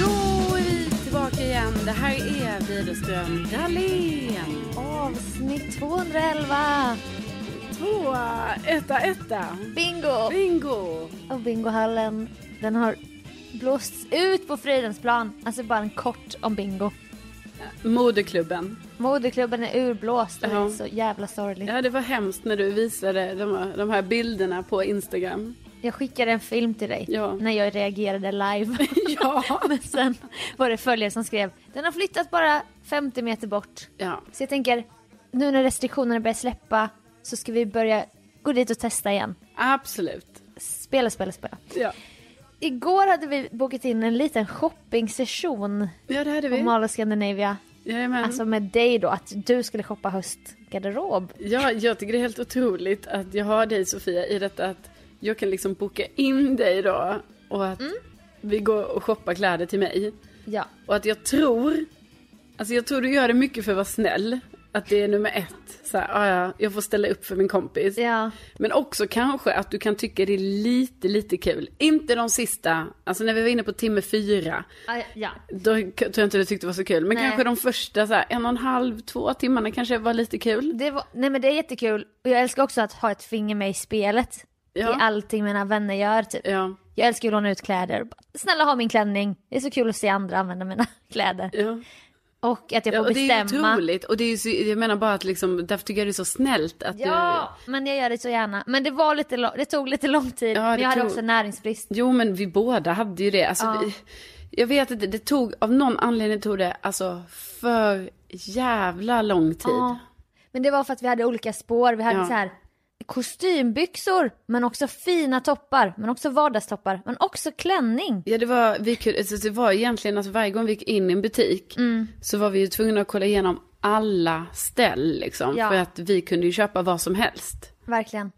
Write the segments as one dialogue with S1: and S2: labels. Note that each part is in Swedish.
S1: Då är vi tillbaka igen. Det här är Widerström Dahlén.
S2: Avsnitt 211!
S1: Tvåa, etta, etta.
S2: Bingo!
S1: Bingo!
S2: Och bingohallen, den har blåsts ut på Fridhemsplan. Alltså bara en kort om bingo.
S1: Modeklubben.
S2: Moderklubben är urblåst och det
S1: Ja.
S2: är så jävla sorgligt.
S1: Ja, det var hemskt när du visade de här, de här bilderna på Instagram.
S2: Jag skickade en film till dig
S1: Ja.
S2: när jag reagerade live.
S1: Ja.
S2: Men sen var det följare som skrev den har flyttat bara 50 meter bort.
S1: Ja,
S2: Så jag tänker, nu när restriktionerna börjar släppa så ska vi börja gå dit och testa igen.
S1: absolut.
S2: Spela, spela, spela.
S1: Ja,
S2: Igår hade vi bokat in en liten shoppingsession
S1: ja det hade
S2: på
S1: vi.
S2: Mall of
S1: Mm.
S2: Scandinavia.
S1: Jajamän.
S2: Alltså med dig då, att du skulle shoppa höstgarderob.
S1: Ja, jag tycker det är helt otroligt att jag har dig Sofia i detta att jag kan liksom boka in dig då och att vi går och shoppar kläder till mig.
S2: Ja.
S1: Och att jag tror, alltså jag tror du gör det mycket för att vara snäll. Att det är nummer ett, så här, ah, ja, jag får ställa upp för min kompis.
S2: Ja.
S1: Men också kanske att du kan tycka det är lite, lite kul. Inte de sista, alltså när vi var inne på timme fyra,
S2: Ja, ja.
S1: då k- tror jag inte du tyckte det var så kul. Men
S2: Nej.
S1: kanske de första så här, en och en halv, två timmarna kanske var lite kul.
S2: Det var, nej men det är jättekul. Och jag älskar också att ha ett finger med i spelet.
S1: Ja.
S2: I allting mina vänner gör typ.
S1: Ja,
S2: Jag älskar att låna ut kläder. Bara, Snälla ha min klänning. Det är så kul att se andra använda mina kläder.
S1: ja.
S2: Och att jag
S1: Ja,
S2: får
S1: och det är ju
S2: bestämma.
S1: otroligt. Och det är ju så, jag menar bara att liksom, därför tycker jag det är så snällt att
S2: Ja, men jag gör det så gärna. Men det var lite, lo- det tog lite lång tid.
S1: Ja,
S2: men
S1: det
S2: jag hade
S1: tog-
S2: också näringsbrist.
S1: du... Jo men vi båda hade ju det. Alltså,
S2: Ja.
S1: vi, jag vet att det, det tog, av någon anledning tog det alltså för jävla lång tid.
S2: Ja. Men det var för att vi hade olika spår. Vi hade
S1: Ja.
S2: så här kostymbyxor, men också fina toppar, men också vardagstoppar, men också klänning.
S1: Ja det var, vi kunde, alltså, det var egentligen, alltså varje gång vi gick in i en butik
S2: Mm.
S1: så var vi ju tvungna att kolla igenom alla ställ liksom.
S2: Ja.
S1: För att vi kunde ju köpa vad som helst.
S2: Verkligen.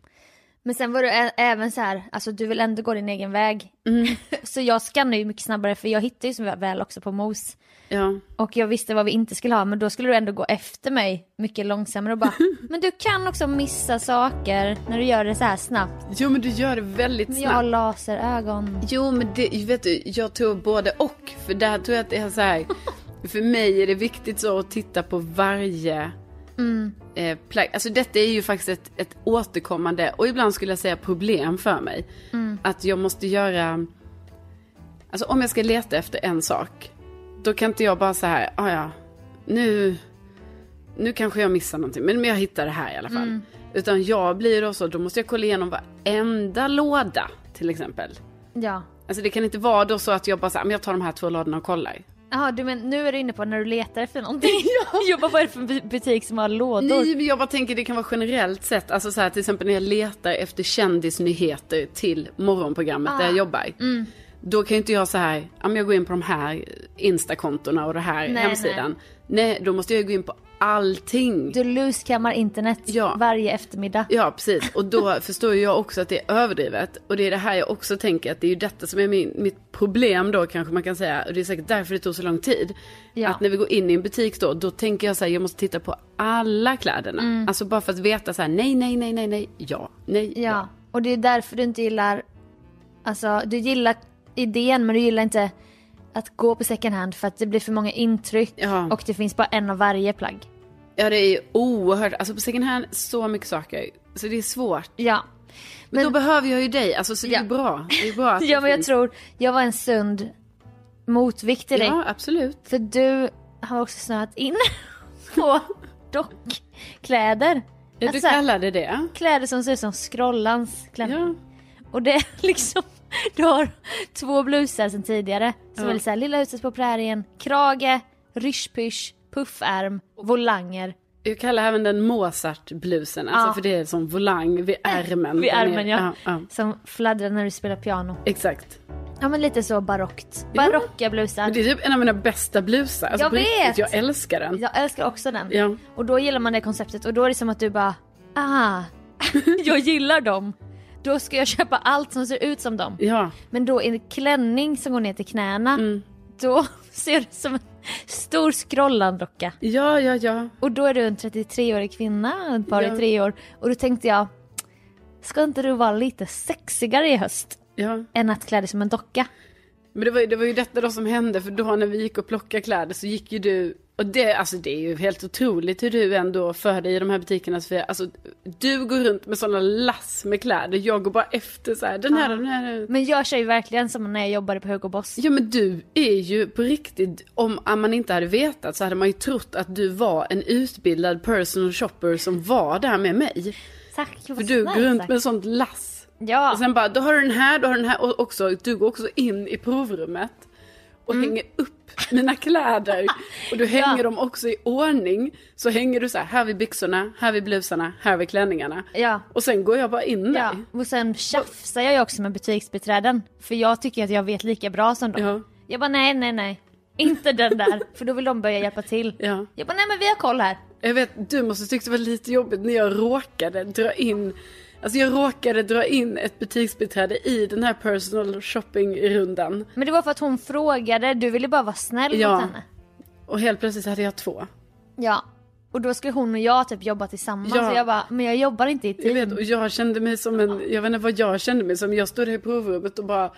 S2: Men sen var det ä- även så här, alltså du vill ändå gå din egen väg.
S1: Mm.
S2: så jag skannar ju mycket snabbare för jag hittar ju så väl också på Mos.
S1: Ja.
S2: Och jag visste vad vi inte skulle ha men då skulle du ändå gå efter mig mycket långsammare och bara Men du kan också missa saker när du gör det så här snabbt.
S1: Jo men du gör det väldigt
S2: Men
S1: snabbt.
S2: jag har laserögon.
S1: Jo, men det, vet du, jag tror både och. För där tror jag att det är så här. För mig är det viktigt så att titta på varje eh, plagg. Alltså detta är ju faktiskt ett, ett återkommande och ibland skulle jag säga problem för mig. Att jag måste göra Alltså om jag ska leta efter en sak, då kan inte jag bara så här, ah, ja, nu, nu kanske jag missar någonting, men, men jag hittar det här i alla fall. Utan jag blir då så, då måste jag kolla igenom varenda låda till exempel.
S2: Ja.
S1: Alltså det kan inte vara då så att jag bara så här, men jag tar de här två lådorna och kollar.
S2: Jaha,
S1: Mm.
S2: du men nu är du inne på när du letar efter någonting. Jag bara, vad är det för bu- butik som har lådor?
S1: Nej, men jag bara tänker det kan vara generellt sett. Alltså så här, till exempel när jag letar efter kändisnyheter till morgonprogrammet där
S2: Ah.
S1: jag jobbar.
S2: Mm.
S1: Då kan ju inte jag så här, ja men jag går in på de här instakontona och den här
S2: Nej,
S1: hemsidan. Nej. då måste jag gå in på allting.
S2: Du luskammar internet
S1: Ja.
S2: varje eftermiddag.
S1: Ja, precis. Och då förstår ju jag också att det är överdrivet. Och det är det här jag också tänker att det är ju detta som är min, mitt problem då kanske man kan säga. Och det är säkert därför det tog så lång tid.
S2: Ja.
S1: Att när vi går in i en butik då, då tänker jag så här, jag måste titta på alla kläderna.
S2: Mm.
S1: Alltså bara för att veta så här, nej, nej, nej, nej, nej, ja, nej,
S2: Ja. Och det är därför du inte gillar, alltså du gillar idén men du gillar inte att gå på second hand för att det blir för många intryck
S1: Ja.
S2: och det finns bara en av varje plagg.
S1: Ja, det är ju oerhört, alltså på second hand, så mycket saker. Så det är svårt.
S2: Ja.
S1: Men,
S2: Men-
S1: då behöver jag ju dig, alltså så det är
S2: Ja.
S1: ju bra. Det är ju bra att
S2: Ja
S1: det
S2: men jag
S1: finns.
S2: tror, jag var en sund motvikt till dig.
S1: Ja, absolut.
S2: För du har också snöat in på dockkläder.
S1: Ja, du
S2: Alltså,
S1: kallade det.
S2: Kläder som ser ut som skrollans klänning.
S1: Ja.
S2: Och det är liksom, du har två blusar sen tidigare. Som
S1: Ja.
S2: är lite såhär, lilla huset på prärien, krage, ryschpysch, puffärm, volanger.
S1: Jag kallar även den Mozart-blusen, alltså
S2: Ja.
S1: för det är som volang vid ärmen.
S2: Vid ärmen ja.
S1: ja, ja.
S2: Som fladdrar när du spelar piano.
S1: Exakt.
S2: Ja men lite så barockt. Barocka blusar.
S1: Men det är typ en av mina bästa blusar. Alltså,
S2: Jag
S1: på riktigt,
S2: vet!
S1: Jag älskar den.
S2: Jag älskar också den.
S1: Ja.
S2: Och då gillar man det konceptet och då är det som att du bara, ah, jag gillar dem. Då ska jag köpa allt som ser ut som dem.
S1: Ja.
S2: Men då en klänning som går ner till knäna,
S1: Mm.
S2: då ser du som en stor skrollandocka.
S1: ja, ja, ja.
S2: Och då är du en 33-årig kvinna, och ett par i
S1: Ja.
S2: tre år. Och då tänkte jag, ska inte du vara lite sexigare i höst?
S1: ja.
S2: Än att klä dig som en docka.
S1: Men det var, ju- det var ju detta då som hände, för då när vi gick och plockade kläder så gick ju du... Och det, alltså det är ju helt otroligt hur du ändå för dig i de här butikerna Sofia. Alltså, du går runt med sådana lass med kläder, jag går bara efter så här, den här, den här.
S2: Men jag kör ju verkligen som när jag jobbade på Hugo Boss.
S1: Ja men du är ju på riktigt, om man inte hade vetat så hade man ju trott att du var en utbildad personal shopper som var där med mig.
S2: Tack, vad
S1: För du går
S2: snällt
S1: runt
S2: sagt.
S1: med sånt lass.
S2: Ja.
S1: Och sen bara, då har du den här, då har du den här och också, du går också in i provrummet och
S2: Mm.
S1: hänger upp mina kläder. Och du hänger dem också i ordning. Så hänger du så här, här vid byxorna, här vid blusarna, här vid klänningarna.
S2: Ja.
S1: Och sen går jag bara in där.
S2: Ja, och sen tjafsar jag ju också med butiksbiträden. För jag tycker att jag vet lika bra som dem.
S1: Ja.
S2: Jag bara nej, nej, nej. Inte den där. För då vill de börja hjälpa till.
S1: Ja.
S2: Jag bara nej men vi har koll här.
S1: Jag vet, du måste tyckt det var lite jobbigt när jag råkade dra in Alltså jag råkade dra in ett butiksbiträde i den här personal shopping-rundan.
S2: Men det var för att hon frågade, du ville bara vara snäll
S1: Ja.
S2: mot henne.
S1: Och helt plötsligt hade jag två.
S2: Ja. Och då skulle hon och jag typ jobba tillsammans.
S1: Ja.
S2: Och jag bara, men jag jobbar inte i
S1: Jag
S2: team.
S1: vet, och jag kände mig som en, jag vet inte vad jag kände mig som. Jag stod där i provrummet och bara,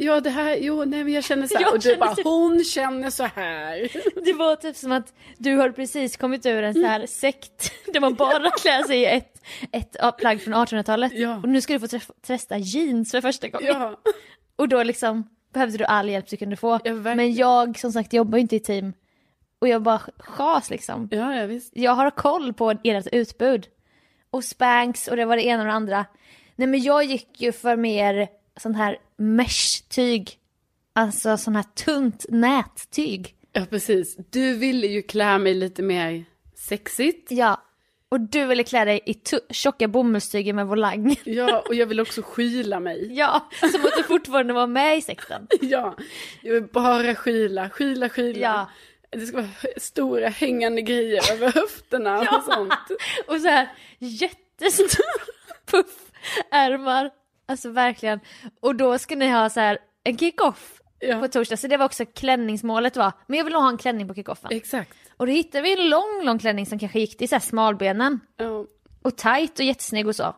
S1: ja det här, jo nej men jag känner så här.
S2: Jag
S1: och du
S2: känner
S1: bara,
S2: så-
S1: hon känner så här.
S2: Det var typ som att du har precis kommit ur en sån här sekt där man bara klär sig i ett, ett plagg från 1800-talet.
S1: Ja.
S2: Och nu ska du få träffa, testa jeans för första gången.
S1: Ja,
S2: Och då liksom behövde du all hjälp du kunde få.
S1: Ja, verkligen.
S2: men jag som sagt jobbar ju inte i team. Och jag bara sjas liksom.
S1: ja, ja visst.
S2: Jag har koll på ert utbud. Och Spanx och det var det ena och det andra. Nej men jag gick ju för mer sån här mesh-tyg. Alltså sån här tunt nättyg.
S1: Ja precis. Du ville ju klä mig lite mer sexigt.
S2: Ja. Och du ville klä dig i tu- tjocka bomullstyger med volang.
S1: Ja, och jag vill också skyla mig.
S2: Ja, som att du fortfarande var med i sekten.
S1: Ja, jag vill bara skyla, skyla, skyla.
S2: Ja.
S1: Det ska vara stora hängande grejer över höfterna och sånt.
S2: Och så här jättestora puffärmar. Alltså verkligen. Och då ska ni ha så här en kick-off
S1: Ja.
S2: på torsdag. Så det var också klänningsmålet var. Men jag vill nog ha en klänning på kick-offen.
S1: Exakt.
S2: Och då hittade vi en lång, lång klänning som kanske gick till så här smalbenen.
S1: Ja.
S2: Och tight och jättesnygg och så.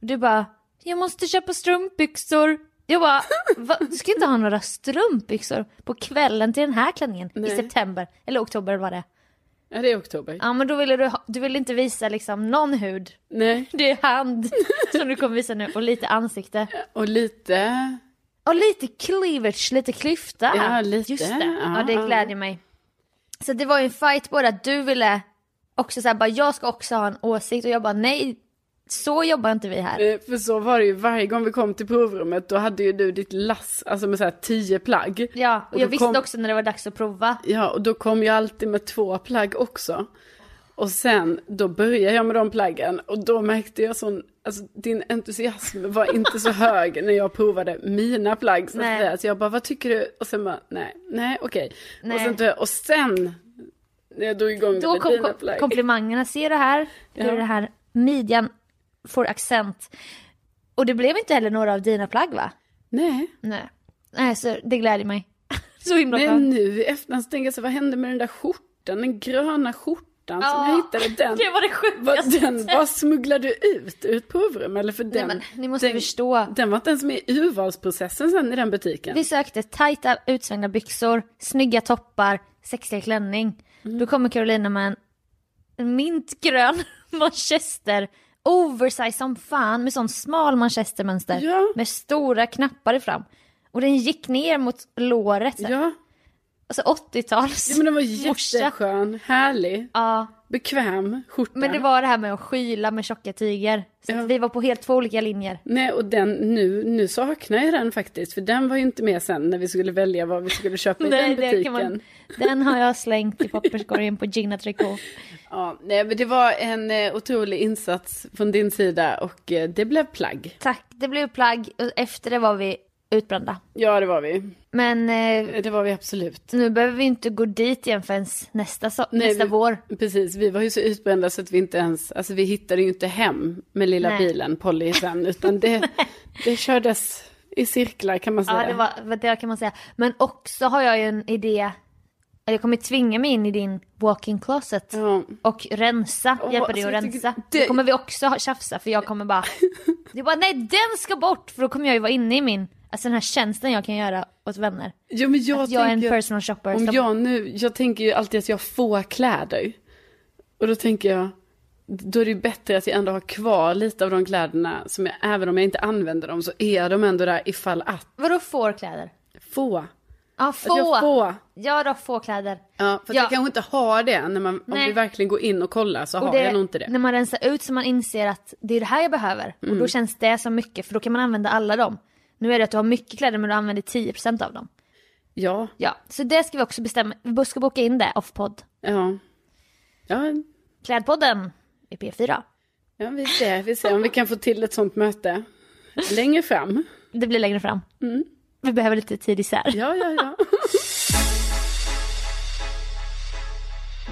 S2: Och du bara, jag måste köpa strumpbyxor. Jag bara, Va? du ska inte ha några strumpbyxor på kvällen till den här klänningen i
S1: Nej.
S2: september. Eller oktober var det.
S1: ja, det är oktober.
S2: Ja men då ville du, ha, du ville inte visa liksom någon hud.
S1: Nej,
S2: Det är hand som du kommer visa nu och lite ansikte.
S1: och lite
S2: Och lite cleavage, lite klyfta.
S1: Ja, lite.
S2: Just det, ja,
S1: Ja,
S2: det
S1: ja.
S2: glädjer mig. Så det var ju en fight både att du ville också såhär bara jag ska också ha en åsikt och jag bara nej, så jobbar inte vi här.
S1: Eh, För så var det ju varje gång vi kom till provrummet, då hade ju du ditt lass, alltså med så här tio plagg.
S2: Ja, och
S1: Och
S2: jag
S1: då
S2: visste
S1: kom-
S2: också när det var dags att prova.
S1: Ja, och då kom jag alltid med två plagg också. Och sen, då började jag med de plaggen och då märkte jag sån, alltså din entusiasm var inte så hög när jag provade mina plagg. Så,
S2: Nej.
S1: att säga. så jag bara, vad tycker du? Och sen bara, nej, nej, okej.
S2: Nej.
S1: Och sen, tog jag- och sen, när jag drog igång
S2: Då
S1: med
S2: kom
S1: dina
S2: kom
S1: plagg.
S2: komplimangerna, ser du här? Det är
S1: Ja.
S2: det här, midjan får accent. Och det blev inte heller några av dina plagg va?
S1: nej.
S2: Nej. Nej, så det glädjer mig. så himla
S1: Nej,
S2: skönt.
S1: nu i efterhand så tänker jag så vad hände med den där skjortan, den gröna skjortan som
S2: Ja.
S1: jag hittade den?
S2: Det var det
S1: Vad,
S2: sjukaste.
S1: den, vad smugglade du ut ur ett provrum? Eller för den,
S2: men ni måste
S1: den,
S2: förstå.
S1: Den var inte ens med i urvalsprocessen sen i den butiken.
S2: Vi sökte tajta utsvängda byxor, snygga toppar, sexiga klänning.
S1: Mm.
S2: Då kommer Carolina med en mintgrön manchester, oversize som fan med sån smal manchestermönster
S1: Ja.
S2: med stora knappar i fram. Och den gick ner mot låret, så här.
S1: Ja,
S2: alltså 80-tals.
S1: ja, men den var
S2: morsa.
S1: jätteskön, härlig,
S2: Ja,
S1: bekväm skjorta.
S2: men det var det här med att skyla med tjocka tyger. Så att
S1: Ja.
S2: vi var på helt två olika linjer.
S1: Nej, och den nu, nu saknar jag den faktiskt, för den var ju inte med sen när vi skulle välja vad vi skulle köpa i den
S2: det kan
S1: butiken.
S2: man- den har jag slängt i papperskorgen på Gina Tricot.
S1: Ja, nej, men det var en eh, otrolig insats från din sida och eh, det blev plagg.
S2: Tack, det blev plagg och efter det var vi utbrända.
S1: Ja, det var vi.
S2: Men eh,
S1: Det var vi absolut.
S2: nu behöver vi inte gå dit igen förrän nästa, so-
S1: Nej,
S2: nästa
S1: vi-
S2: vår.
S1: Precis, vi var ju så utbrända så att vi inte ens, alltså vi hittade ju inte hem med lilla
S2: Nej.
S1: bilen, Polly sen, utan det, det kördes i cirklar kan man säga.
S2: Ja, det, var, vad det kan man säga. Men också har jag ju en idé. eller Jag kommer tvinga mig in i din walk-in closet.
S1: Ja.
S2: Och rensa,
S1: Åh,
S2: hjälpa dig att
S1: alltså, jag tycker-
S2: rensa. Det...
S1: det-
S2: kommer vi också ha- tjafsa för jag kommer bara... Du bara nej den ska bort för då kommer jag ju vara inne i min, alltså den här tjänsten jag kan göra åt vänner.
S1: Jo, men jag,
S2: Att jag är en
S1: tänker-
S2: personal shopper.
S1: Om
S2: som-
S1: jag nu, jag tänker ju alltid att jag får kläder. Och då tänker jag, då är det ju bättre att jag ändå har kvar lite av de kläderna som jag, även om jag inte använder dem så är de ändå där ifall att.
S2: Vadå får kläder?
S1: Få.
S2: Ja
S1: Att
S2: få!
S1: jag får.
S2: Ja då få kläder.
S1: Ja, för att
S2: Ja.
S1: jag kanske inte har det när man, om
S2: Nej.
S1: vi verkligen går in och kollar så
S2: Och
S1: har jag nog inte det. Mm.
S2: När man rensar ut så man inser att det är det här jag behöver. Och då känns det som mycket för då kan man använda alla dem. Nu är det att du har mycket kläder men du använder 10% av dem.
S1: Ja,
S2: Ja, så det ska vi också bestämma. Vi ska boka in det off-podd.
S1: ja. Ja,
S2: Klädpodden i P4.
S1: ja vi, ser, vi ser om vi kan få till ett sånt möte. Längre fram.
S2: Det blir längre fram.
S1: Mm.
S2: Vi behöver lite tid isär.
S1: Ja, ja, ja.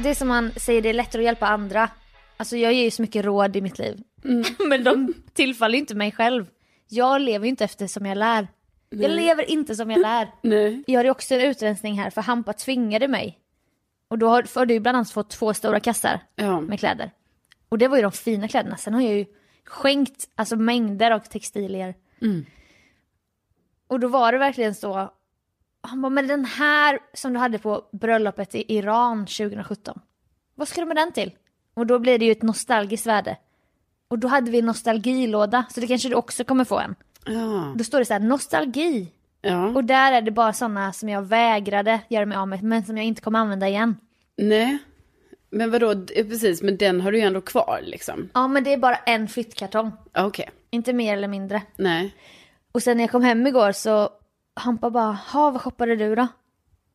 S2: Det är som man säger, det är lättare att hjälpa andra. Alltså jag ger ju så mycket råd i mitt liv.
S1: Mm.
S2: Men de tillfaller ju inte mig själv. Jag lever ju inte efter som jag lär. Jag lever inte som jag lär.
S1: Nej.
S2: Jag hade också en utrensning här för Hampa tvingade mig. Och då har för har du ju bland annat fått två stora kassar
S1: Ja.
S2: med kläder. Och det var ju de fina kläderna. Sen har jag ju skänkt alltså, mängder av textilier.
S1: Mm.
S2: Och då var det verkligen så. Han bara, men den här som du hade på bröllopet i Iran 2017. Vad ska du med den till? Och då blir det ju ett nostalgiskt värde. Och då hade vi en nostalgilåda, så det kanske du också kommer få en.
S1: Ja.
S2: Då står det så här, nostalgi.
S1: ja.
S2: Och där är det bara sådana som jag vägrade göra mig av med, men som jag inte kommer använda igen.
S1: Nej. Men vadå, d- precis, men den har du ju ändå kvar liksom.
S2: Ja, men det är bara en flyttkartong.
S1: Ja, Okej.
S2: Inte mer eller mindre.
S1: Nej.
S2: Och sen när jag kom hem igår så, Hampa bara, ha vad shoppade du då?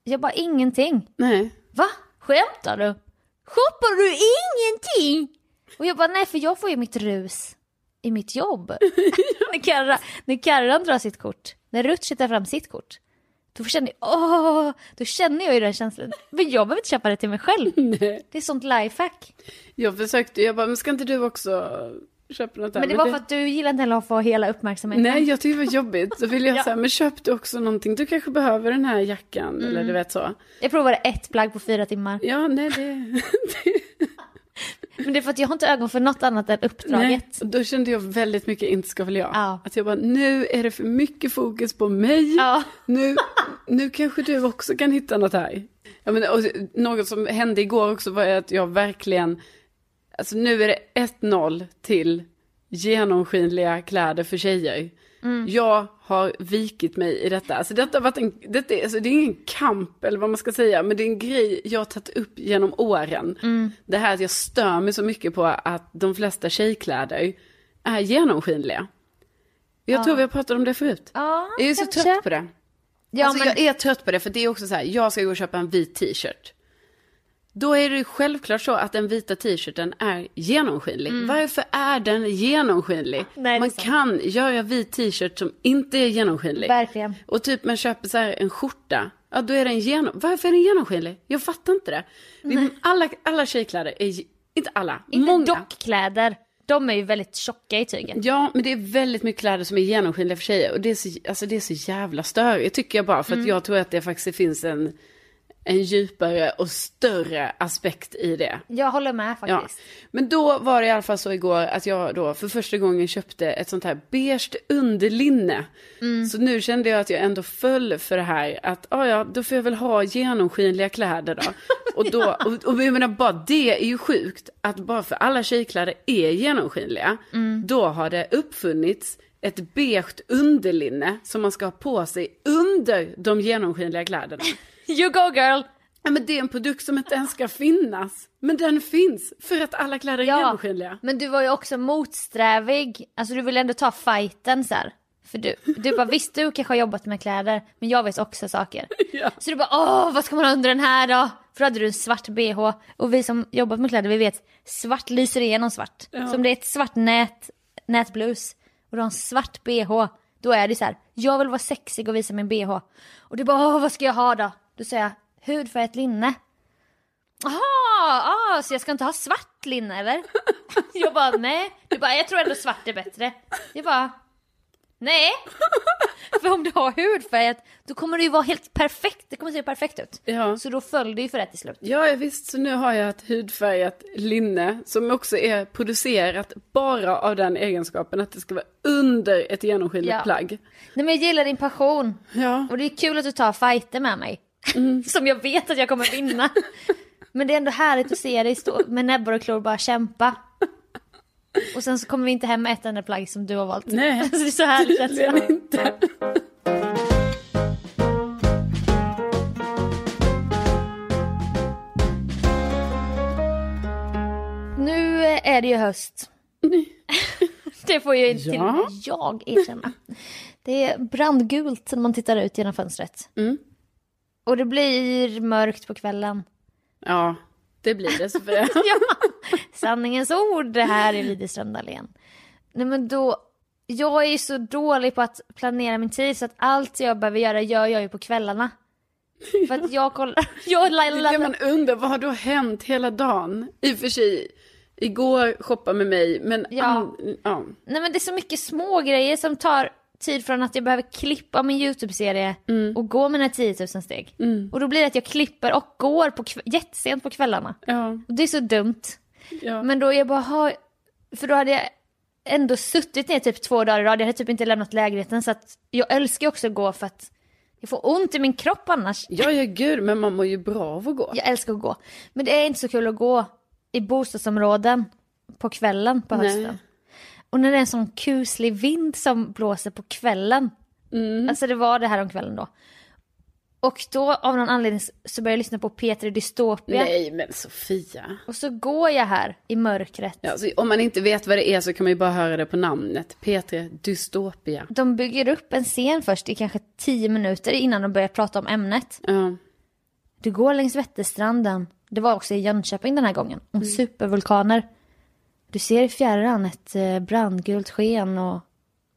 S2: Jag bara, ingenting.
S1: Nej.
S2: Va? Skämtar du? Shoppar du ingenting? Och jag bara, nej för jag får ju mitt rus i mitt jobb. när, Karra, när Karran drar sitt kort, när Rutsch tar fram sitt kort, då känner jag, åh, då känner jag ju den känslan. Men jag behöver inte köpa det till mig själv.
S1: Nej.
S2: Det är sånt lifehack.
S1: Jag försökte, jag bara, men ska inte du också köpa något där?
S2: Men det var för att du gillar inte heller att få hela uppmärksamheten.
S1: Nej, jag tyckte det var jobbigt. Då ville jag säga, men köp du också någonting, du kanske behöver den här jackan,
S2: Mm.
S1: eller du vet så.
S2: Jag provade ett plagg på fyra timmar.
S1: Ja, nej, det... det...
S2: Men det är för att jag har inte ögon för något annat än uppdraget.
S1: och då kände jag väldigt mycket inte ska väl jag.
S2: Ja.
S1: Att jag bara, nu är det för mycket fokus på mig.
S2: Ja.
S1: Nu, nu kanske du också kan hitta något här. Ja, men, och, något som hände igår också var att jag verkligen, alltså nu är det 1-0 till genomskinliga kläder för tjejer.
S2: Mm.
S1: Jag har vikit mig i detta. Alltså detta har varit en, detta är, alltså det är ingen kamp eller vad man ska säga, men det är en grej jag har tagit upp genom åren.
S2: Mm.
S1: Det här att jag stör mig så mycket på att de flesta tjejkläder är genomskinliga. Jag tror vi har pratat om det förut.
S2: Ja,
S1: jag är så
S2: kanske.
S1: trött på det.
S2: Ja,
S1: alltså,
S2: men,
S1: Jag är trött på det, för det är också så här, jag ska gå och köpa en vit t-shirt. Då är det ju självklart så att den vita t-shirten är genomskinlig. Varför är den genomskinlig?
S2: Mm. Nej, det är
S1: man
S2: sant.
S1: kan göra vit t-shirt som inte är genomskinlig.
S2: Verkligen.
S1: Och typ man köper så här en skjorta, ja då är den genom... Varför är den genomskinlig? Jag fattar inte det. Det är- Alla, alla tjejkläder är... ge- Inte alla,
S2: inte
S1: många.
S2: dockkläder. De är ju väldigt tjocka i tyget.
S1: Ja, men det är väldigt mycket kläder som är genomskinliga för tjejer. Och det är så, alltså det är så jävla störigt tycker jag bara. För att jag tror att det faktiskt finns en, en djupare och större aspekt i det.
S2: Jag håller med
S1: Ja.
S2: faktiskt.
S1: Men då var det i alla fall så igår att jag då för första gången köpte ett sånt här beige underlinne. Så nu kände jag att jag ändå föll för det här att ah, ja, då får jag väl ha genomskinliga kläder då. Och, då och, och jag menar bara det är ju sjukt att bara för alla tjejkläder är genomskinliga, då har det uppfunnits ett beige underlinne som man ska ha på sig under de genomskinliga kläderna.
S2: You go girl!
S1: Ja, men det är en produkt som inte ens ska finnas. Men den finns för att alla kläder är genomskinliga.
S2: men du var ju också motsträvig. Alltså du ville ändå ta fighten så här. För du, du bara visst du kanske har jobbat med kläder men jag vet också saker.
S1: Ja.
S2: Så du bara åh vad ska man ha under den här då? För då hade du en svart bh och vi som jobbat med kläder vi vet svart lyser igenom svart. Så om det är ett svart nät, nätblus och du har en svart bh då är det så här jag vill vara sexig och visa min bh. Och du bara åh vad ska jag ha då? Då säger jag hudfärgat linne. Jaha, ah, så jag ska inte ha svart linne eller? Jag bara nej. Du bara jag tror ändå svart är bättre. Jag bara nej. För om du har hudfärgat då kommer det ju vara helt perfekt. Det kommer se perfekt ut.
S1: Ja.
S2: Så då föll det ju för det till slut.
S1: Ja, ja, visst. Så nu har jag ett hudfärgat linne som också är producerat bara av den egenskapen att det ska vara under ett genomskinligt
S2: Ja.
S1: plagg.
S2: Nej men jag gillar din passion.
S1: Ja. Mm.
S2: Och det är kul att du tar fighter med mig. Som jag vet att jag kommer vinna. Men det är ändå härligt att se dig stå med näbbar och klor bara kämpa. Och sen så kommer vi inte hem med ett enda plagg som du har valt.
S1: Nej.
S2: Så det är så härlig känsla.
S1: Tydligen inte.
S2: Nu är det ju höst. det får ju till och med
S1: Ja.
S2: jag erkänna. Det är brandgult när man tittar ut genom fönstret.
S1: Mm.
S2: Och det blir mörkt på kvällen.
S1: Ja, det blir det. Så för det.
S2: ja, sanningens ord det här är Widerström Dahlén. Nej men då, jag är ju så dålig på att planera min tid så att allt jag behöver göra gör jag ju på kvällarna. För att jag kollar, jag
S1: Det är det
S2: laddar
S1: man undrar, vad har då hänt hela dagen? I och för sig, igår shoppade med mig, men...
S2: Ja.
S1: an- ja.
S2: Nej men det är så mycket små grejer som tar tid från att jag behöver klippa min YouTube-serie
S1: Mm.
S2: och gå mina 10 000 steg. Och då blir det att jag klipper och går på kv- jättesent på kvällarna.
S1: ja,
S2: Och det är så dumt.
S1: ja.
S2: Men då är jag bara, ha... för då hade jag ändå suttit ner typ två dagar i rad. Jag hade typ inte lämnat lägenheten så att jag älskar ju också att gå för att jag får ont i min kropp annars.
S1: ja, ja, gud, men man mår ju bra av att gå.
S2: Jag älskar att gå. Men det är inte så kul att gå i bostadsområden på kvällen på
S1: Nej.
S2: hösten. Och när det är en sån kuslig vind som blåser på kvällen.
S1: Mm.
S2: Alltså det var det här om kvällen då. Och då av någon anledning så började jag lyssna på Peter i Dystopia.
S1: Nej, men Sofia.
S2: Och så går jag här i mörkret.
S1: Ja, så om man inte vet vad det är så kan man ju bara höra det på namnet. P3 Dystopia.
S2: De bygger upp en scen först i kanske 10 minuter innan de börjar prata om ämnet.
S1: Ja.
S2: Du går längs Vätterstranden. Det var också i Jönköping den här gången. Om supervulkaner. Du ser i fjärran ett eh, brandgult sken och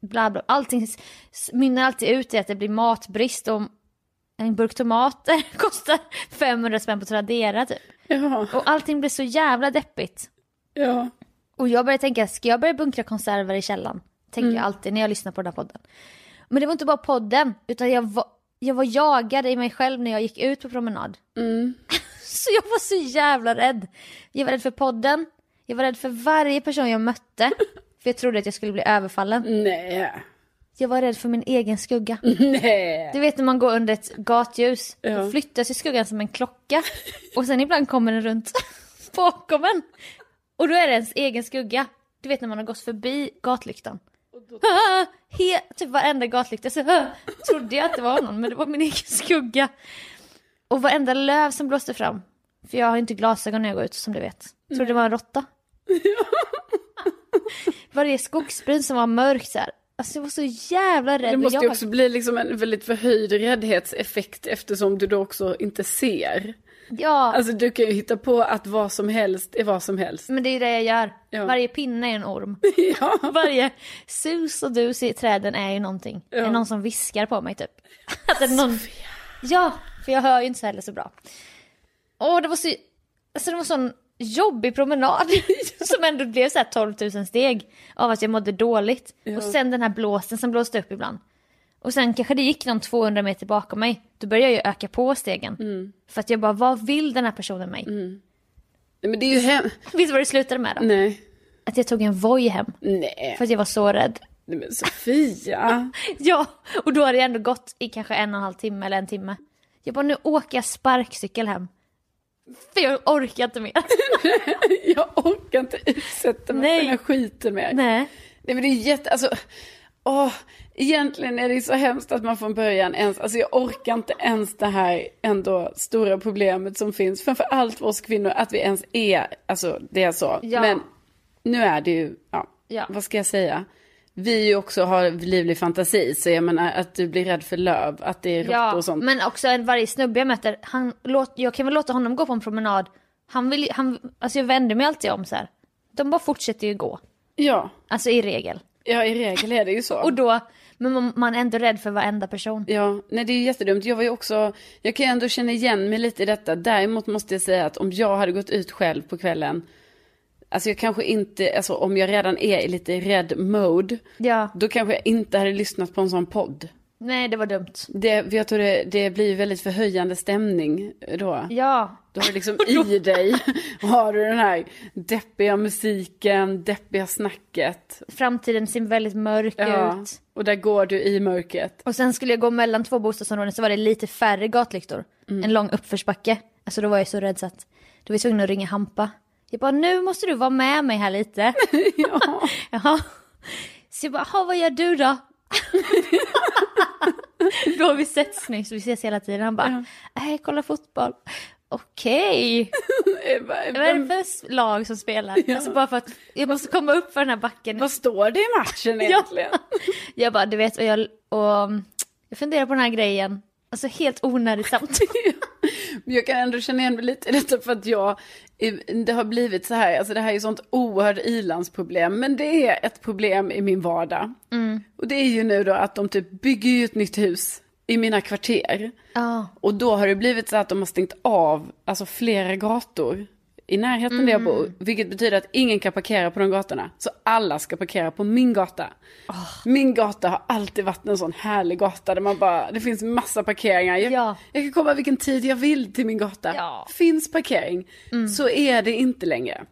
S2: bla bla. Allting s- s- mynnar alltid ut i att det blir matbrist och en burk tomater kostar 500 spänn på Tradera typ.
S1: Ja,
S2: Och allting blir så jävla deppigt.
S1: ja.
S2: Och jag började tänka, ska jag börja bunkra konserver i källaren? Tänker jag alltid när jag lyssnar på den här podden. Men det var inte bara podden, utan jag var, jag var jagad i mig själv när jag gick ut på promenad. så jag var så jävla rädd. Jag var rädd för podden, jag var rädd för varje person jag mötte. För jag trodde att jag skulle bli överfallen.
S1: Mm. Nej.
S2: Jag var rädd för min egen skugga.
S1: Nej.
S2: Du vet när man går under ett gatljus,
S1: Ja.
S2: då flyttas ju skuggan som en klocka. Och sen ibland kommer den runt bakom en. Och då är det ens egen skugga. Du vet när man har gått förbi gatlyktan. Ah, he, typ varenda gatlykta så ah, trodde jag att det var honom men det var min egen skugga. Och varenda löv som blåste fram. För jag har inte glasögon när jag går ut som du vet. Trodde det var en råtta. Varje skogsbryn som var mörkt så här. Alltså jag var så jävla rädd.
S1: Det
S2: och
S1: måste
S2: jag
S1: ju också bli liksom en väldigt förhöjd räddhetseffekt eftersom du då också inte ser.
S2: Ja,
S1: Alltså du kan ju hitta på att vad som helst är vad som helst.
S2: men det är ju det jag gör.
S1: Ja.
S2: Varje pinne är en orm.
S1: Ja.
S2: Varje sus och dus i träden är ju någonting. Det är någon som viskar på mig typ. Att det är någon... Ja, för jag hör ju inte så heller så bra. Och det var så... Alltså det var sån jobbig promenad. som ändå blev så här 12 000 steg. Av att jag mådde dåligt. Och sen den här blåsten som blåste upp ibland. Och sen kanske det gick någon 200 meter bakom mig. Då började jag ju öka på stegen.
S1: Mm.
S2: För att jag bara, vad vill den här personen mig?
S1: Nej, Men det är ju hem...
S2: Vet du vad det slutade med då?
S1: Nej.
S2: Att jag tog en Voi hem.
S1: Nej.
S2: För att jag var så rädd.
S1: Nej men Sofia.
S2: Ja, och då hade jag ändå gått i kanske en och en halv timme eller en timme. Jag bara, nu åker jag sparkcykel hem. För jag orkar inte mer.
S1: Jag orkar inte utsätta mig
S2: Nej.
S1: för den här skiten mer.
S2: Nej.
S1: Nej men det är jätte, alltså, åh, egentligen är det ju så hemskt att man från början ens, alltså jag orkar inte ens det här ändå stora problemet som finns, framför allt för oss kvinnor, att vi ens är, alltså det är så.
S2: Ja.
S1: Men nu är det ju, ja,
S2: Ja.
S1: vad ska jag säga? Vi ju också har livlig fantasi, så jag menar att du blir rädd för löv, att det är råttor
S2: Ja,
S1: och sånt.
S2: men också en- varje snubbe jag möter, han, låt, jag kan väl låta honom gå på en promenad. Han vill, ju- han, alltså jag vänder mig alltid om så här. De bara fortsätter ju gå.
S1: Ja,
S2: Alltså i regel.
S1: ja, i regel är det ju så.
S2: Och då, men man, man är ändå rädd för varenda person.
S1: Ja, nej det är ju jättedumt. Jag var ju också, jag kan ju ändå känna igen mig lite i detta. Däremot måste jag säga att om jag hade gått ut själv på kvällen, alltså jag kanske inte, alltså om jag redan är i lite rädd mode,
S2: Ja,
S1: då kanske jag inte hade lyssnat på en sån podd.
S2: nej det var dumt.
S1: Det, för jag tror det, det blir ju väldigt förhöjande stämning då.
S2: Ja,
S1: Då har du liksom i dig, har du den här deppiga musiken, deppiga snacket.
S2: framtiden ser väldigt mörk
S1: Ja,
S2: ut.
S1: och där går du i mörkret.
S2: Och sen skulle jag gå mellan två bostadsområden så var det lite färre gatlyktor.
S1: Mm.
S2: En lång uppförsbacke. Alltså då var jag så rädd så att då var jag tvungen att ringa Hampa. Jag bara, nu måste du vara med mig här lite.
S1: Ja.
S2: Jaha. Så jag bara, "Jaha, vad gör du då? då har vi setts nyss, vi ses hela tiden. Han bara, nej, kolla fotboll. Okej,
S1: Eh,
S2: vad är det för s- lag som spelar? Alltså bara för att jag måste komma upp för den här backen.
S1: Vad står det i matchen egentligen?
S2: Jag bara, du vet, och jag, och, mm, jag funderar på den här grejen. Alltså helt onödigt samtal.
S1: Men Jag kan ändå känna igen mig lite i detta för att jag, eh, det har blivit så här, alltså det här är ju sånt oerhört ilandsproblem, men det är ett problem i min vardag. Och det är ju nu då att de typ bygger ju ett nytt hus i mina kvarter.
S2: Ja,
S1: Och då har det blivit så att de har stängt av, alltså flera gator i närheten där jag
S2: Mm.
S1: bor. Vilket betyder att ingen kan parkera på de gatorna. Så alla ska parkera på min gata. Min gata har alltid varit en sån härlig gata där man bara, det finns massa parkeringar. Jag,
S2: Ja.
S1: jag kan komma vilken tid jag vill till min gata.
S2: Ja. Mm.
S1: Finns parkering. Så är det inte längre.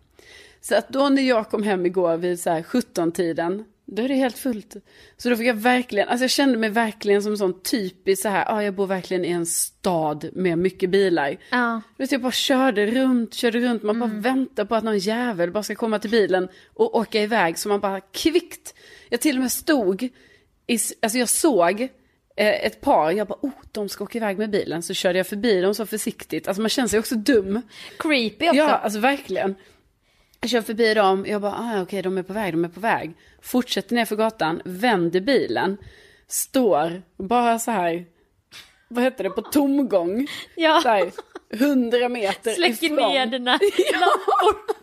S1: Så att då när jag kom hem igår vid så här 17-tiden, då är det helt fullt. Så då fick jag verkligen, alltså jag kände mig verkligen som en sån typisk så här, ja ah, jag bor verkligen i en stad med mycket bilar.
S2: Ja.
S1: Du vet, jag bara körde runt, körde runt, man bara väntar på att någon jävel bara ska komma till bilen och åka iväg. Så man bara kvickt, jag till och med stod, i, s- alltså jag såg eh, ett par, jag bara oh, de ska åka iväg med bilen. Så körde jag förbi dem så försiktigt, alltså man känner sig också dum.
S2: creepy också.
S1: Ja, alltså verkligen. Jag kör förbi dem, jag bara, ah, okej de är på väg, de är på väg. Fortsätter ner för gatan, vänder bilen, står bara så här, vad heter det, på tomgång.
S2: Ja.
S1: Så här, 100 meter
S2: Släcker
S1: ifrån.
S2: ner dina lampor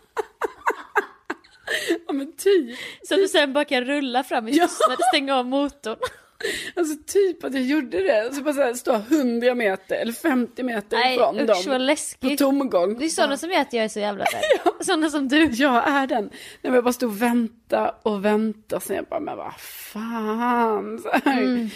S1: Ja men typ.
S2: så att du sen bara kan rulla fram i
S1: Ja.
S2: tystnad och stänga av motorn.
S1: Alltså typ att jag gjorde det. Så bara så här, står 100 meter eller 50 meter
S2: Nej
S1: ifrån
S2: usch vad
S1: dem. På
S2: läskigt.
S1: tomgång.
S2: Det är sådana som gör att jag är så jävla rädd. Sådana som du.
S1: Jag är den. Nej, men jag bara stod och väntade och väntade. Sen jag bara, men vad fan. Så här.
S2: Mm.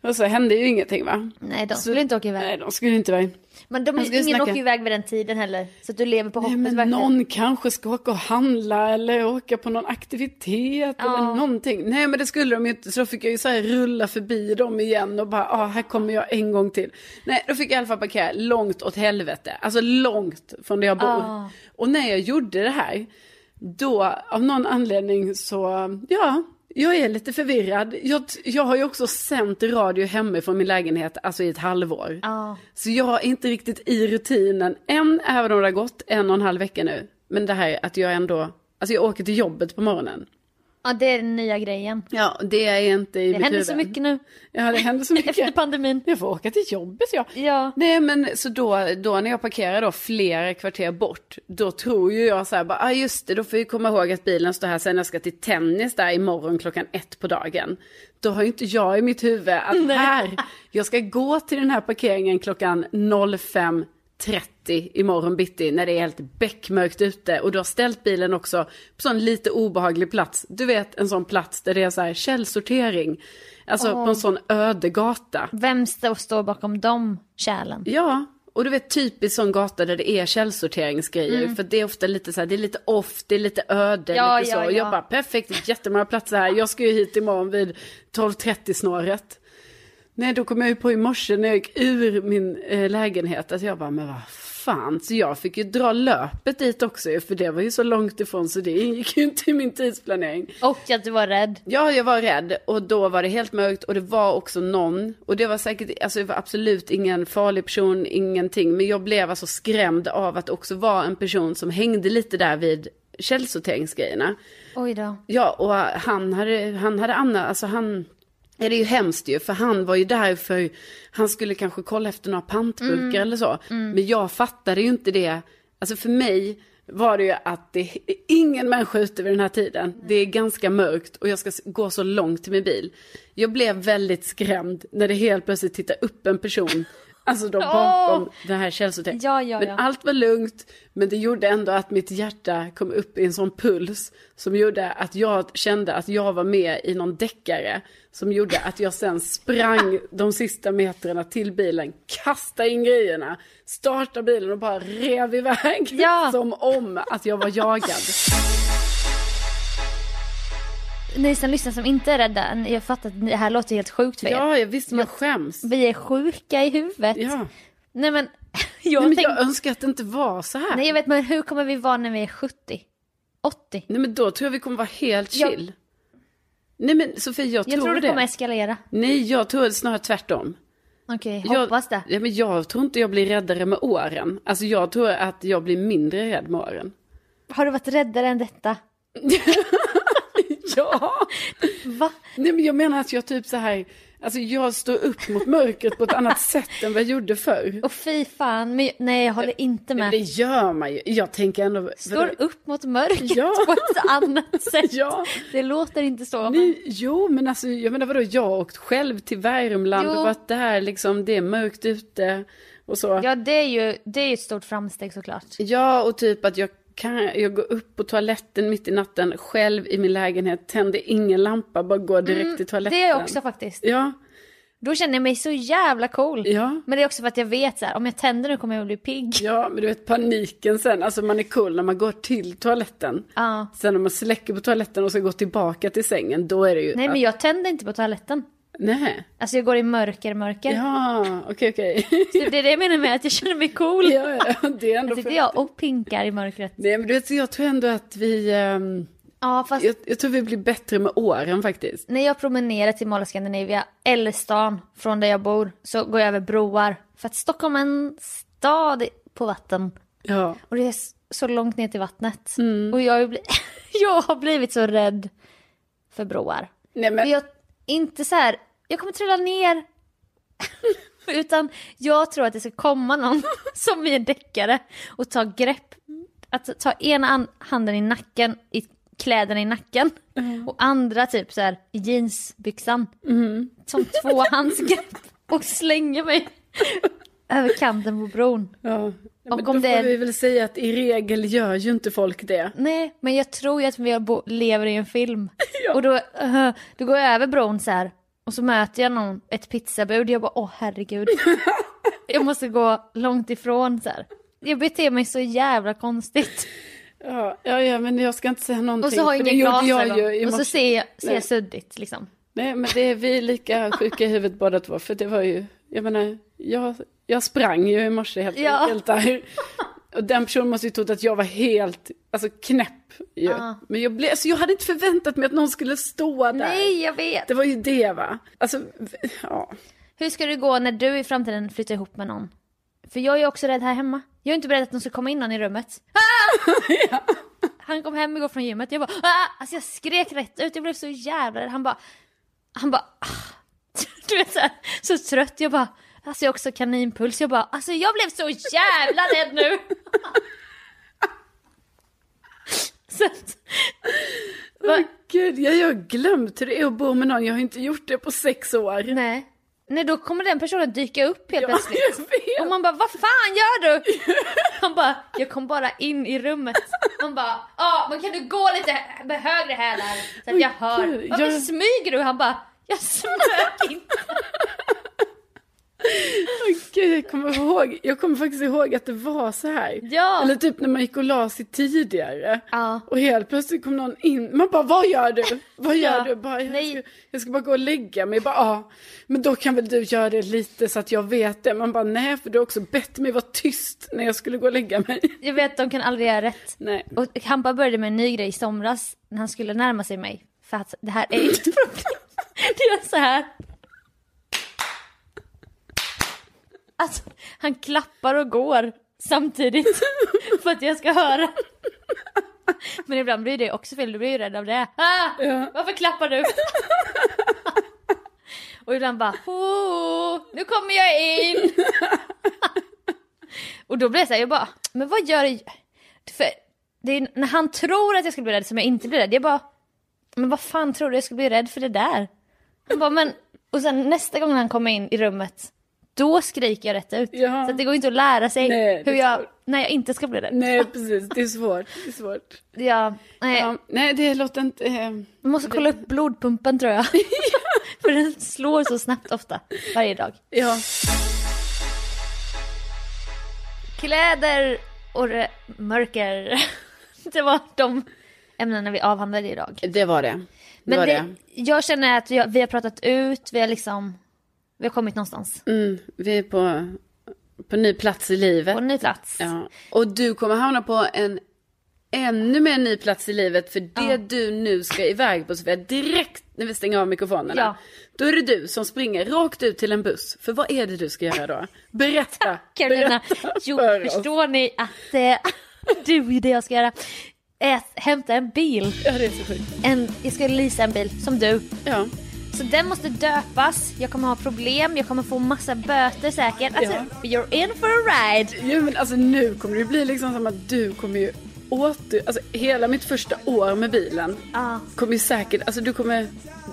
S1: Och så hände ju ingenting va.
S2: Nej de skulle inte åka
S1: Nej,
S2: iväg.
S1: de skulle inte iväg.
S2: Men de,
S1: Jag skulle
S2: ingen
S1: snacka-
S2: åker ju iväg vid den tiden heller. Så att du lever på hoppet
S1: Nej, men
S2: verkligen.
S1: någon kanske ska åka och handla eller åka på någon aktivitet eller någonting. Nej, men det skulle de ju inte. Så då fick jag ju så här rulla förbi dem igen och bara, ah, här kommer jag en gång till. Nej, då fick jag i alla fall parkera långt åt helvete. Alltså långt från där jag bor.
S2: Ah.
S1: Och när jag gjorde det här, då av någon anledning så, ja, Jag är lite förvirrad. Jag, jag har ju också sänt radio hemifrån min lägenhet, alltså i ett halvår.
S2: Ja.
S1: Så jag är inte riktigt i rutinen än, även om det har gått en och en halv vecka nu. Men det här att jag ändå, alltså jag åker till jobbet på morgonen.
S2: ja, det är den nya grejen.
S1: Ja, det är inte i
S2: Det
S1: mitt
S2: händer
S1: huvud.
S2: så mycket nu
S1: Ja, det händer så
S2: efter
S1: mycket.
S2: pandemin.
S1: Jag får åka till jobbet jag.
S2: Ja.
S1: Nej men så då, då när jag parkerar då flera kvarter bort, då tror ju jag så här bara, ah, just det, då får jag komma ihåg att bilen står här sen när jag ska till tennis där imorgon klockan ett på dagen. Då har ju inte jag i mitt huvud att här, jag ska gå till den här parkeringen klockan 05.30 imorgon bitti när det är helt beckmörkt ute och du har ställt bilen också på sån lite obehaglig plats. Du vet en sån plats där det är så här källsortering, alltså på en sån öde gata.
S2: Vem står står bakom de kärlen?
S1: Ja, och du vet typiskt sån gata där det är källsorteringsgrejer. För det är ofta lite så här, det är lite off, det är lite öde,
S2: Mm. Ja,
S1: lite
S2: ja,
S1: så.
S2: ja.
S1: Jag bara perfekt, det är jättemånga platser här. Jag ska ju hit imorgon vid 12.30 snåret. Nej, då kom jag ju på i morse när jag gick ur min eh, lägenhet att jag bara, men vad fan. Så jag fick ju dra löpet dit också ju, för det var ju så långt ifrån så det ingick ju inte i min tidsplanering.
S2: Och att du var rädd.
S1: Ja, jag var rädd och då var det helt mörkt och det var också någon. Och det var säkert, alltså det var absolut ingen farlig person, ingenting. Men jag blev alltså skrämd av att det också var en person som hängde lite där vid källsorteringsgrejerna.
S2: Oj då.
S1: Ja, och han hade, han hade Anna, alltså han, ja, det är ju hemskt ju, för han var ju där för, han skulle kanske kolla efter några pantburkar
S2: Mm.
S1: eller så. Men jag fattade ju inte det, alltså för mig var det ju att det är ingen människa ute vid den här tiden. Det är ganska mörkt och jag ska s- gå så långt till min bil. Jag blev väldigt skrämd när det helt plötsligt tittar upp en person, alltså då bakom
S2: Åh!
S1: den här källsorteringen.
S2: Ja, ja,
S1: men
S2: ja.
S1: allt var lugnt, men det gjorde ändå att mitt hjärta kom upp i en sån puls som gjorde att jag kände att jag var med i någon deckare som gjorde att jag sen sprang de sista metrarna till bilen, kastade in grejerna, startade bilen och bara rev iväg
S2: Ja.
S1: som om att jag var jagad.
S2: Ni som lyssnar som inte är rädda, jag fattar att det här låter helt sjukt för er.
S1: Ja, jag visste jag skäms.
S2: Vi är sjuka i huvudet.
S1: Ja.
S2: Nej men, jag,
S1: Nej, men
S2: tänkte,
S1: jag önskar att det inte var så här.
S2: nej jag vet men hur kommer vi vara när vi är 70? 80?
S1: Nej men då tror jag vi kommer vara helt
S2: Ja.
S1: chill. Nej men Sofie, jag,
S2: Jag tror,
S1: tror
S2: det
S1: det.
S2: kommer eskalera.
S1: Nej, jag tror snarare tvärtom.
S2: Okej,
S1: Jag-
S2: hoppas det.
S1: Ja, men jag tror inte jag blir räddare med åren. Alltså jag tror att jag blir mindre rädd med åren.
S2: Har du varit räddare än detta?
S1: Ja!
S2: Va?
S1: Nej men jag menar att jag typ så här, alltså jag står upp mot mörkret på ett annat sätt än vad jag gjorde förr.
S2: Och fy fan, men, nej jag håller inte
S1: Men det
S2: med.
S1: gör man ju. Jag tänker ändå...
S2: Står upp mot mörkret
S1: Ja.
S2: på ett annat sätt.
S1: Ja.
S2: Det låter inte så. Men...
S1: Nej, jo men alltså jag menar vadå, jag har åkt själv till Värmland
S2: Jo.
S1: och varit där liksom, det är mörkt ute och så.
S2: Ja det är ju det är ju ett stort framsteg såklart.
S1: Ja, och typ att jag, kan, jag går upp på toaletten mitt i natten själv i min lägenhet, tänder ingen lampa, bara går direkt till toaletten.
S2: Mm, Det är jag också faktiskt.
S1: Ja,
S2: Då känner jag mig så jävla cool.
S1: ja.
S2: Men det är också för att jag vet så här, om jag tänder nu kommer jag bli pigg.
S1: Ja, men du vet paniken sen, alltså man är cool när man går till toaletten.
S2: Ja.
S1: Sen när man släcker på toaletten och ska gå tillbaka till sängen, då är det ju...
S2: Nej men jag tänder inte på toaletten.
S1: Nej.
S2: Alltså jag går i mörker, mörker.
S1: Ja, okej, okej.
S2: Så det är det jag menar med att jag känner mig cool.
S1: ja, ja, det är ändå...
S2: Jag
S1: För...
S2: sitter jag och pinkar i mörkret.
S1: Nej, men du vet, så jag tror ändå att vi... ehm,
S2: Ja fast
S1: jag, jag tror vi blir bättre med åren faktiskt.
S2: när jag promenerar till Mall of Scandinavia eller stan från där jag bor så går jag över broar. För att Stockholm är en stad på vatten.
S1: Ja.
S2: Och det är s- så långt ner till vattnet. Och jag, har ju bli- jag har blivit så rädd för broar.
S1: Nej, men...
S2: Men jag, inte så här, jag kommer trilla ner. Utan jag tror att det ska komma någon som är en deckare och ta grepp. Att ta ena an- handen i nacken, i kläderna i nacken
S1: Mm.
S2: och andra typ så här i jeansbyxan.
S1: Mm.
S2: Som två handsgrepp och slänger mig över kanten på bron.
S1: Ja. Ja, men
S2: Och
S1: då
S2: om
S1: får
S2: det är-
S1: vi väl säga att i regel gör ju inte folk det.
S2: Nej, men jag tror ju att vi bo- lever i en film. Och då, eh, då går jag över bron så här och så möter jag någon, ett pizzabud. Jag bara, åh herregud. jag måste gå långt ifrån så här. Jag beter mig så jävla konstigt.
S1: Ja, ja, ja men jag ska inte säga någonting.
S2: Och så har
S1: för
S2: jag
S1: det
S2: inga
S1: gjorde jag ju i
S2: glasögon. Och
S1: morse.
S2: så ser jag, ser
S1: Nej.
S2: jag suddigt liksom.
S1: Nej, men det är vi lika sjuka i huvudet båda två. För det var ju, jag menar, jag, jag sprang ju i morse helt
S2: Ja.
S1: enkelt där. Och den personen måste ju trott att jag var helt alltså, knäpp. Ju.
S2: Ja.
S1: Men jag, blev, alltså, jag hade inte förväntat mig att någon skulle stå där.
S2: Nej, jag vet.
S1: Det var ju det va. Alltså, ja.
S2: Hur ska det gå när du i framtiden flyttar ihop med någon? För jag är också rädd här hemma. Jag är inte beredd att någon ska komma in någon i rummet. Ah! Han kom hem igår från gymmet. Jag bara ah! Alltså jag skrek rätt ut. Jag blev så jävla rädd. Han bara... Han bara... Ah! Du vet så, här, så trött. Jag bara... Alltså jag har också kaninpuls. Jag bara... Alltså jag blev så jävla rädd nu. så att... Va?
S1: Gud, jag jag har glömt hur det är att bo med någon. Jag har inte gjort det på sex år.
S2: Nej. Nej, då kommer den personen dyka upp helt
S1: Ja,
S2: plötsligt.
S1: jag vet.
S2: Och man bara, vad fan gör du? Han bara, jag kom bara in i rummet. Man bara, ja men kan du gå lite hö- med högre hälar så att jag hör.
S1: gud,
S2: Varför
S1: jag-
S2: smyger du? Han bara, jag smög inte.
S1: Åh, Gud, jag kommer, ihåg, jag kommer faktiskt ihåg att det var så här.
S2: Ja.
S1: Eller typ när man gick och la sig tidigare.
S2: Ja.
S1: Och helt plötsligt kom någon in. Man bara, vad gör du? Vad gör
S2: Ja.
S1: du? Bara, jag,
S2: Nej.
S1: ska, jag ska bara gå och lägga mig. Bara, ja, men då kan väl du göra det lite så att jag vet det. Man bara, nej, för du har också bett mig vara tyst när jag skulle gå och lägga mig.
S2: Jag vet, de kan aldrig göra rätt.
S1: Nej.
S2: Och Hampa började med en ny grej i somras när han skulle närma sig mig. För att det här är ett problem. Det är så här. Alltså, han klappar och går samtidigt. För att jag ska höra. Men ibland blir det också fel, du blir ju rädd av det. Ah, Varför klappar du? Och ibland bara, oh, nu kommer jag in. Och då blir jag så här, jag bara, men vad gör jag? För det är när han tror att jag ska bli rädd som jag inte blir rädd. Jag bara, men vad fan tror du jag ska bli rädd för det där? Han bara, men, och sen nästa gång han kommer in i rummet, då skriker jag rätt ut.
S1: Ja.
S2: Så att det går inte att lära sig
S1: Nej, det
S2: hur
S1: är
S2: jag,
S1: svårt.
S2: när jag inte ska bli rädd.
S1: Nej, precis. Det är svårt. Det är svårt.
S2: Ja, nej.
S1: Ja, nej, det låter inte... Eh...
S2: Man måste kolla upp blodpumpen tror jag. För den slår så snabbt ofta, varje dag.
S1: Ja.
S2: Kläder och re- mörker. Det var de ämnena vi avhandlade idag.
S1: Det var det. Det
S2: Men
S1: var
S2: det,
S1: det.
S2: jag känner att vi har, vi har pratat ut, vi har liksom, vi har kommit någonstans.
S1: Mm, vi är på, på ny plats i livet.
S2: På en ny plats.
S1: Ja. Och du kommer hamna på en ännu mer ny plats i livet. För det du nu ska iväg på Sofia, direkt när vi stänger av mikrofonerna.
S2: Ja.
S1: Då är det du som springer rakt ut till en buss. För vad är det du ska göra då? Berätta.
S2: Carolina,
S1: Berätta
S2: jo,
S1: för oss.
S2: förstår ni att eh, du är det jag ska göra. Ät, hämta en bil.
S1: Ja, det är så sjukt.
S2: En, jag ska leasa en bil, som du.
S1: Ja.
S2: Så den måste döpas, jag kommer ha problem, jag kommer få massa böter säkert. Alltså, you're in for a ride.
S1: Jo men alltså nu kommer det bli liksom som att du kommer ju åter... Alltså hela mitt första år med bilen
S2: Ja.
S1: kommer ju säkert... Alltså du kommer...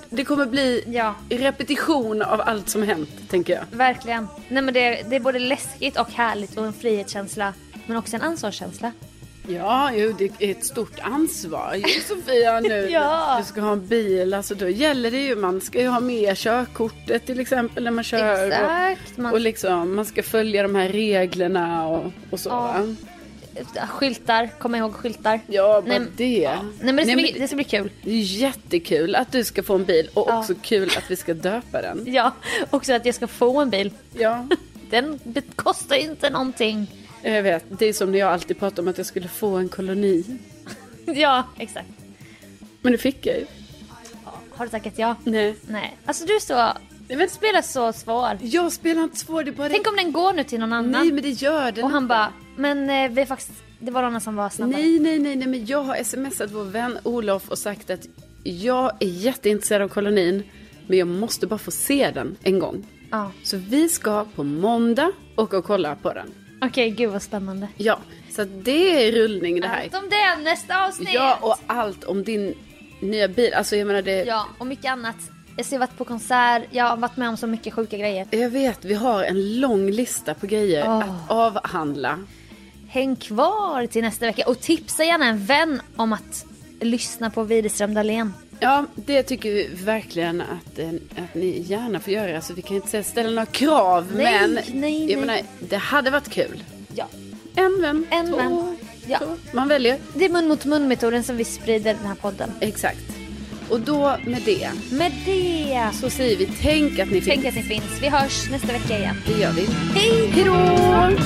S1: Det kommer bli
S2: Ja.
S1: repetition av allt som hänt, tänker jag.
S2: Verkligen. Nej, men det, det är både läskigt och härligt och en frihetskänsla. Men också en ansvarskänsla.
S1: Ja, jo, det är ett stort ansvar ju, Sofia nu.
S2: Ja.
S1: Du ska ha en bil, alltså då gäller det ju, man ska ju ha med körkortet till exempel när man kör.
S2: Exakt. Man,
S1: Och, och liksom, man ska följa de här reglerna och, och så va?
S2: skyltar, kom ihåg skyltar.
S1: Ja, bara
S2: Nej, men-
S1: det.
S2: Nej men det ska,
S1: Nej,
S2: bli, det ska bli kul.
S1: det är jättekul att du ska få en bil och
S2: Ja.
S1: också kul att vi ska döpa den.
S2: Ja, också att jag ska få en bil.
S1: Ja,
S2: Den be- kostar ju inte någonting.
S1: jag vet. Det är som när jag alltid pratade om att jag skulle få en koloni.
S2: Ja, exakt.
S1: Men det fick jag ju.
S2: Har du tackat ja?
S1: Nej.
S2: Nej. Alltså du är så...
S1: Nej, men-
S2: Du spelar så svår.
S1: Jag spelar inte svår, det är bara...
S2: Tänk om den går nu till någon annan.
S1: Nej, men det gör den
S2: Och han bara, men eh, vi är faktiskt... Det var någon annan som var snabbare.
S1: Nej, nej, nej, nej, men jag har smsat vår vän Olof och sagt att jag är jätteintresserad av kolonin, men jag måste bara få se den en gång.
S2: Ja.
S1: Så vi ska på måndag åka och kolla på den.
S2: Okej, gud vad spännande.
S1: Ja, så att det är rullning det här.
S2: Allt om det, nästa avsnitt!
S1: Ja, och allt om din nya bil. Alltså jag menar det...
S2: Ja, och mycket annat. Jag har varit på konsert, jag har varit med om så mycket sjuka grejer.
S1: Jag vet, vi har en lång lista på grejer
S2: Åh.
S1: att avhandla.
S2: Häng kvar till nästa vecka och tipsa gärna en vän om att lyssna på Widerström Dahlén.
S1: Ja, det tycker vi verkligen att, eh, att ni gärna får göra. Så vi kan inte säga ställa några krav,
S2: Nej,
S1: men
S2: nej,
S1: jag
S2: nej.
S1: menar, det hade varit kul.
S2: Ja.
S1: En vän,
S2: En
S1: två,
S2: vän. Ja.
S1: två. Man väljer.
S2: Det är mun mot mun metoden som vi sprider i den här podden.
S1: Exakt. Och då med det
S2: Med det
S1: så säger vi tänk att ni finns.
S2: tänk att ni finns. Vi hörs nästa vecka igen.
S1: Det gör vi.
S2: Hej!
S1: Hej då!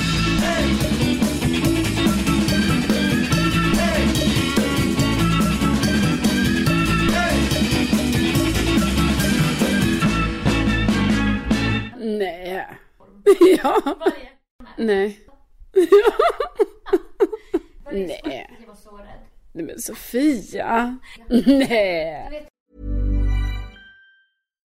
S1: ja. Nej. Nej.
S2: Jag var så rädd.
S1: Nej men Sofia. Nej.